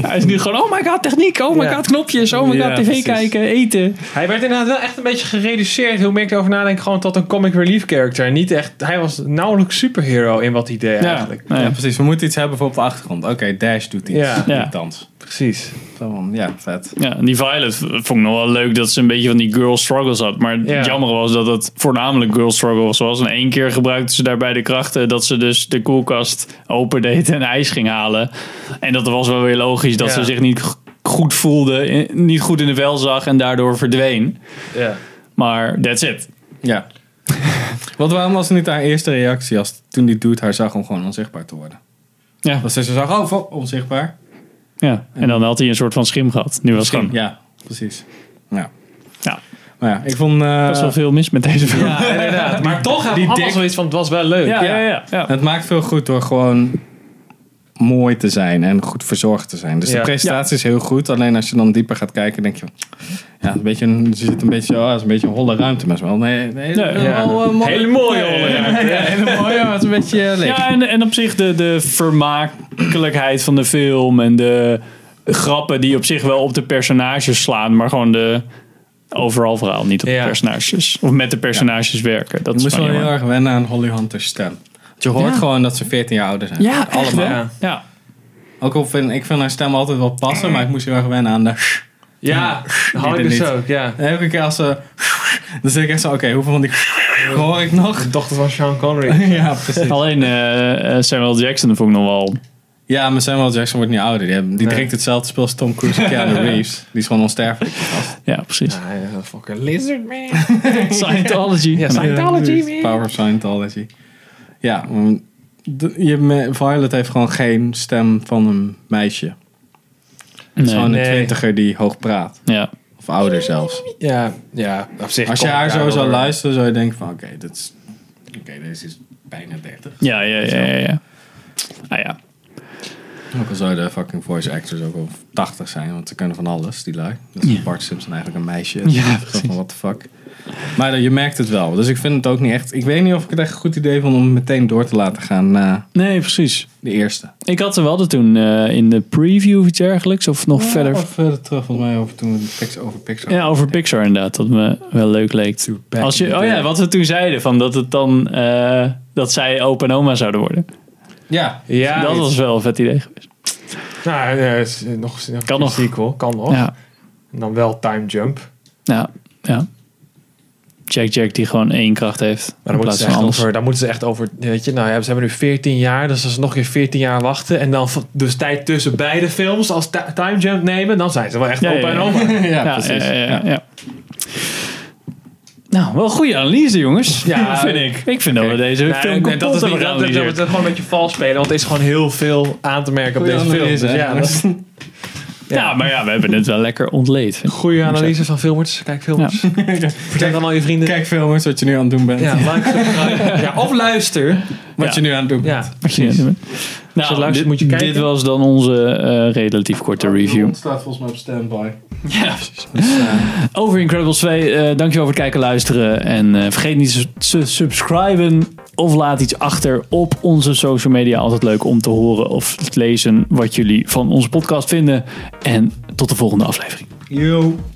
Speaker 1: Hij is nu gewoon, oh my god, techniek, oh my
Speaker 2: Ja.
Speaker 1: god, knopjes, oh my
Speaker 5: Ja,
Speaker 1: god, tv
Speaker 5: precies.
Speaker 1: kijken, eten.
Speaker 2: Hij werd inderdaad wel echt een beetje gereduceerd, hoe meer ik erover nadenk, gewoon tot een comic relief character. Niet echt, hij was nauwelijks superhero in wat hij deed eigenlijk.
Speaker 1: Nee.
Speaker 5: Ja, precies. We moeten iets hebben voor op de achtergrond. Oké, Dash doet iets.
Speaker 2: Ja.
Speaker 1: Ja.
Speaker 5: Die dans.
Speaker 2: Precies.
Speaker 5: Zo van, ja, vet.
Speaker 1: Ja, en die Violet v- vond ik nog wel leuk dat ze een beetje van die girl struggles had. Maar
Speaker 2: Ja.
Speaker 1: het jammer was dat het voornamelijk girl struggles was. En één keer gebruikte ze daarbij de krachten dat ze dus de koelkast opendeed en ijs ging halen. En dat was wel weer logisch dat
Speaker 2: Ja.
Speaker 1: ze zich niet g- goed voelde, i- niet goed in de vel zag en daardoor verdween.
Speaker 2: Ja.
Speaker 1: Maar that's it.
Speaker 5: Ja. Want waarom was het niet haar eerste reactie als toen die dude haar zag om gewoon onzichtbaar te worden?
Speaker 1: Ja.
Speaker 5: Dat ze zo zag, oh, fuck, onzichtbaar.
Speaker 1: Ja. En dan had hij een soort van schim gehad. Nu was het gewoon
Speaker 5: Ja, precies. Ja.
Speaker 1: Ja.
Speaker 5: Maar ja, ik vond... eh,
Speaker 1: best wel veel mis met deze film.
Speaker 2: Ja, inderdaad. Maar toch hebben we
Speaker 5: Die
Speaker 2: allemaal
Speaker 5: dik-
Speaker 2: zoiets van, het was wel leuk.
Speaker 1: Ja, ja, ja, ja.
Speaker 5: Het maakt veel goed door gewoon mooi te zijn en goed verzorgd te zijn. Dus
Speaker 2: Ja.
Speaker 5: de presentatie is heel goed. Alleen als je dan dieper gaat kijken, denk je... Ja, een beetje, een- er zit een beetje, oh, dat is een beetje een holle ruimte, maar het is wel... Nee, nee,
Speaker 1: Ja.
Speaker 5: wel, eh, mooi.
Speaker 2: Hele mooie onderwerp.
Speaker 5: Ja, hele mooie, maar het is een beetje eh, leeg.
Speaker 1: Ja, en, en op zich de, de vermakelijkheid van de film en de grappen die op zich wel op de personages slaan, maar gewoon de overal verhaal, niet op
Speaker 2: Ja.
Speaker 1: de personages. Of met de personages werken. Dat
Speaker 5: Je
Speaker 1: is
Speaker 5: moest wel
Speaker 1: gewoon
Speaker 5: heel
Speaker 1: jammer.
Speaker 5: erg wennen aan Holly Hunter's stem. Want je hoort
Speaker 1: Ja.
Speaker 5: gewoon dat ze 14 jaar ouder zijn.
Speaker 1: Ja, echt,
Speaker 5: allemaal.
Speaker 1: hè?
Speaker 2: Ja.
Speaker 1: Ja.
Speaker 5: Ook al vind ik vind haar stem altijd wel passen, maar ik moest heel erg wennen aan de.
Speaker 2: Ja, dat had
Speaker 5: Die
Speaker 2: ik
Speaker 5: er
Speaker 2: dus
Speaker 5: niet.
Speaker 2: ook, ja.
Speaker 5: Elke keer als ze. Dan zit ik echt zo, oké, hoeveel van die hoor ik nog?
Speaker 2: De dochter van Sean Connery.
Speaker 5: ja, precies.
Speaker 1: Alleen eh, eh, Samuel Jackson vond ik nog wel.
Speaker 5: Ja, maar Samuel Jackson wordt niet ouder. Die, hebben- die drinkt hetzelfde spel als Tom Cruise en Keanu Reeves. Die is gewoon onsterfelijk.
Speaker 1: Ja, precies.
Speaker 2: Ja, ja, fucking lizard man.
Speaker 1: Scientology.
Speaker 2: Ja, Scientology man.
Speaker 5: Power of Scientology. Ja, mm, de- je, me- Violet heeft gewoon geen stem van een meisje. Het is
Speaker 1: Nee. eh,
Speaker 5: gewoon een
Speaker 2: Nee.
Speaker 5: twintiger die hoog praat.
Speaker 1: Ja.
Speaker 5: Of ouder zelfs.
Speaker 2: Ja, ja, op zich.
Speaker 5: Als je
Speaker 2: kom ik
Speaker 5: haar zo
Speaker 2: daar
Speaker 5: zou
Speaker 2: wel weer.
Speaker 5: luisteren, zou je denken van... Oké, dit is... Oké, deze is bijna 30.
Speaker 1: Ja, ja, ja, ja. ja. Ah ja.
Speaker 5: Ook al zou de fucking voice actors ook al 80 zijn, want ze kunnen van alles, die lui. Dus
Speaker 1: Ja.
Speaker 5: Bart Simpson eigenlijk een meisje.
Speaker 1: Ja,
Speaker 5: Ja,
Speaker 1: precies.
Speaker 5: van what the fuck. Maar eh, je merkt het wel. Dus ik vind het ook niet echt... Ik weet niet of ik het echt een goed idee vond om hem meteen door te laten gaan na
Speaker 1: Nee, precies.
Speaker 5: de eerste.
Speaker 1: Ik had er wel dat toen eh, in de preview of iets dergelijks. Of nog verder.
Speaker 5: Of verder terug, volgens mij, over toen we de Pixar over Pixar...
Speaker 1: Ja, oh. over Pixar inderdaad. Dat me wel leuk leek.
Speaker 5: back
Speaker 1: Als
Speaker 5: in
Speaker 1: je,
Speaker 5: the
Speaker 1: oh ja,
Speaker 5: day.
Speaker 1: wat we toen zeiden. Van dat het dan... eh, dat zij opa en oma zouden worden.
Speaker 5: Ja.
Speaker 2: Ah, Ja,
Speaker 1: dat was wel een vet idee geweest.
Speaker 2: Nou, ja, is, eh, nog, nog
Speaker 1: Kan
Speaker 2: kan
Speaker 1: nog.
Speaker 2: nog. sequel. Kan nog.
Speaker 1: Ja.
Speaker 2: En dan wel time jump.
Speaker 1: Ja, ja. Jack Jack die gewoon één kracht heeft.
Speaker 2: Maar
Speaker 1: in
Speaker 2: dan moeten,
Speaker 1: plaats
Speaker 2: ze
Speaker 1: van
Speaker 2: echt
Speaker 1: alles.
Speaker 2: over, dan moeten ze echt over, weet je, nou ja, ze hebben nu 14 jaar, dus als ze nog weer 14 jaar wachten en dan v- dus tijd tussen beide films als ti- time jump nemen, dan zijn ze wel echt
Speaker 1: Ja, ja,
Speaker 2: opa en
Speaker 1: ja.
Speaker 2: oma.
Speaker 5: Ja,
Speaker 1: Ja,
Speaker 5: precies.
Speaker 1: ja, ja, ja, ja. Nou, wel een goede analyse, jongens.
Speaker 2: Ja,
Speaker 1: vind ik. Ik vind dat we deze
Speaker 2: Nee,
Speaker 1: film
Speaker 2: nee,
Speaker 1: compleet
Speaker 2: dat is niet, dat, dat, dat,
Speaker 1: geanalyseerd.
Speaker 2: dat gewoon een beetje vals spelen, want er is gewoon heel veel aan te merken op
Speaker 5: Goeie
Speaker 2: deze film.
Speaker 5: analyse,
Speaker 2: Dus
Speaker 5: hè,
Speaker 2: ja,
Speaker 5: jongens.
Speaker 2: dat-
Speaker 1: ja. maar ja, we hebben het wel lekker ontleed. vind ik.
Speaker 2: goede analyse van filmers. Kijk filmers. Vertel dan al je vrienden.
Speaker 5: Kijk filmers wat je nu aan het doen bent.
Speaker 2: Ja, like, subscribe. ja, of luister.
Speaker 5: Wat
Speaker 1: Ja.
Speaker 5: je nu aan het doen
Speaker 2: Ja.
Speaker 1: Precies.
Speaker 2: Als je
Speaker 1: Nou,
Speaker 2: Dus luistert,
Speaker 1: dit,
Speaker 2: moet je kijken.
Speaker 1: dit was dan onze eh, relatief korte review.
Speaker 5: staat volgens mij op standby. Dus, eh,
Speaker 1: Over Incredibles 2. eh, dankjewel voor het kijken en luisteren. En eh, vergeet niet su- te subscriben. Of laat iets achter op onze social media. Altijd leuk om te horen of te lezen wat jullie van onze podcast vinden. En tot de volgende aflevering.
Speaker 5: Yo.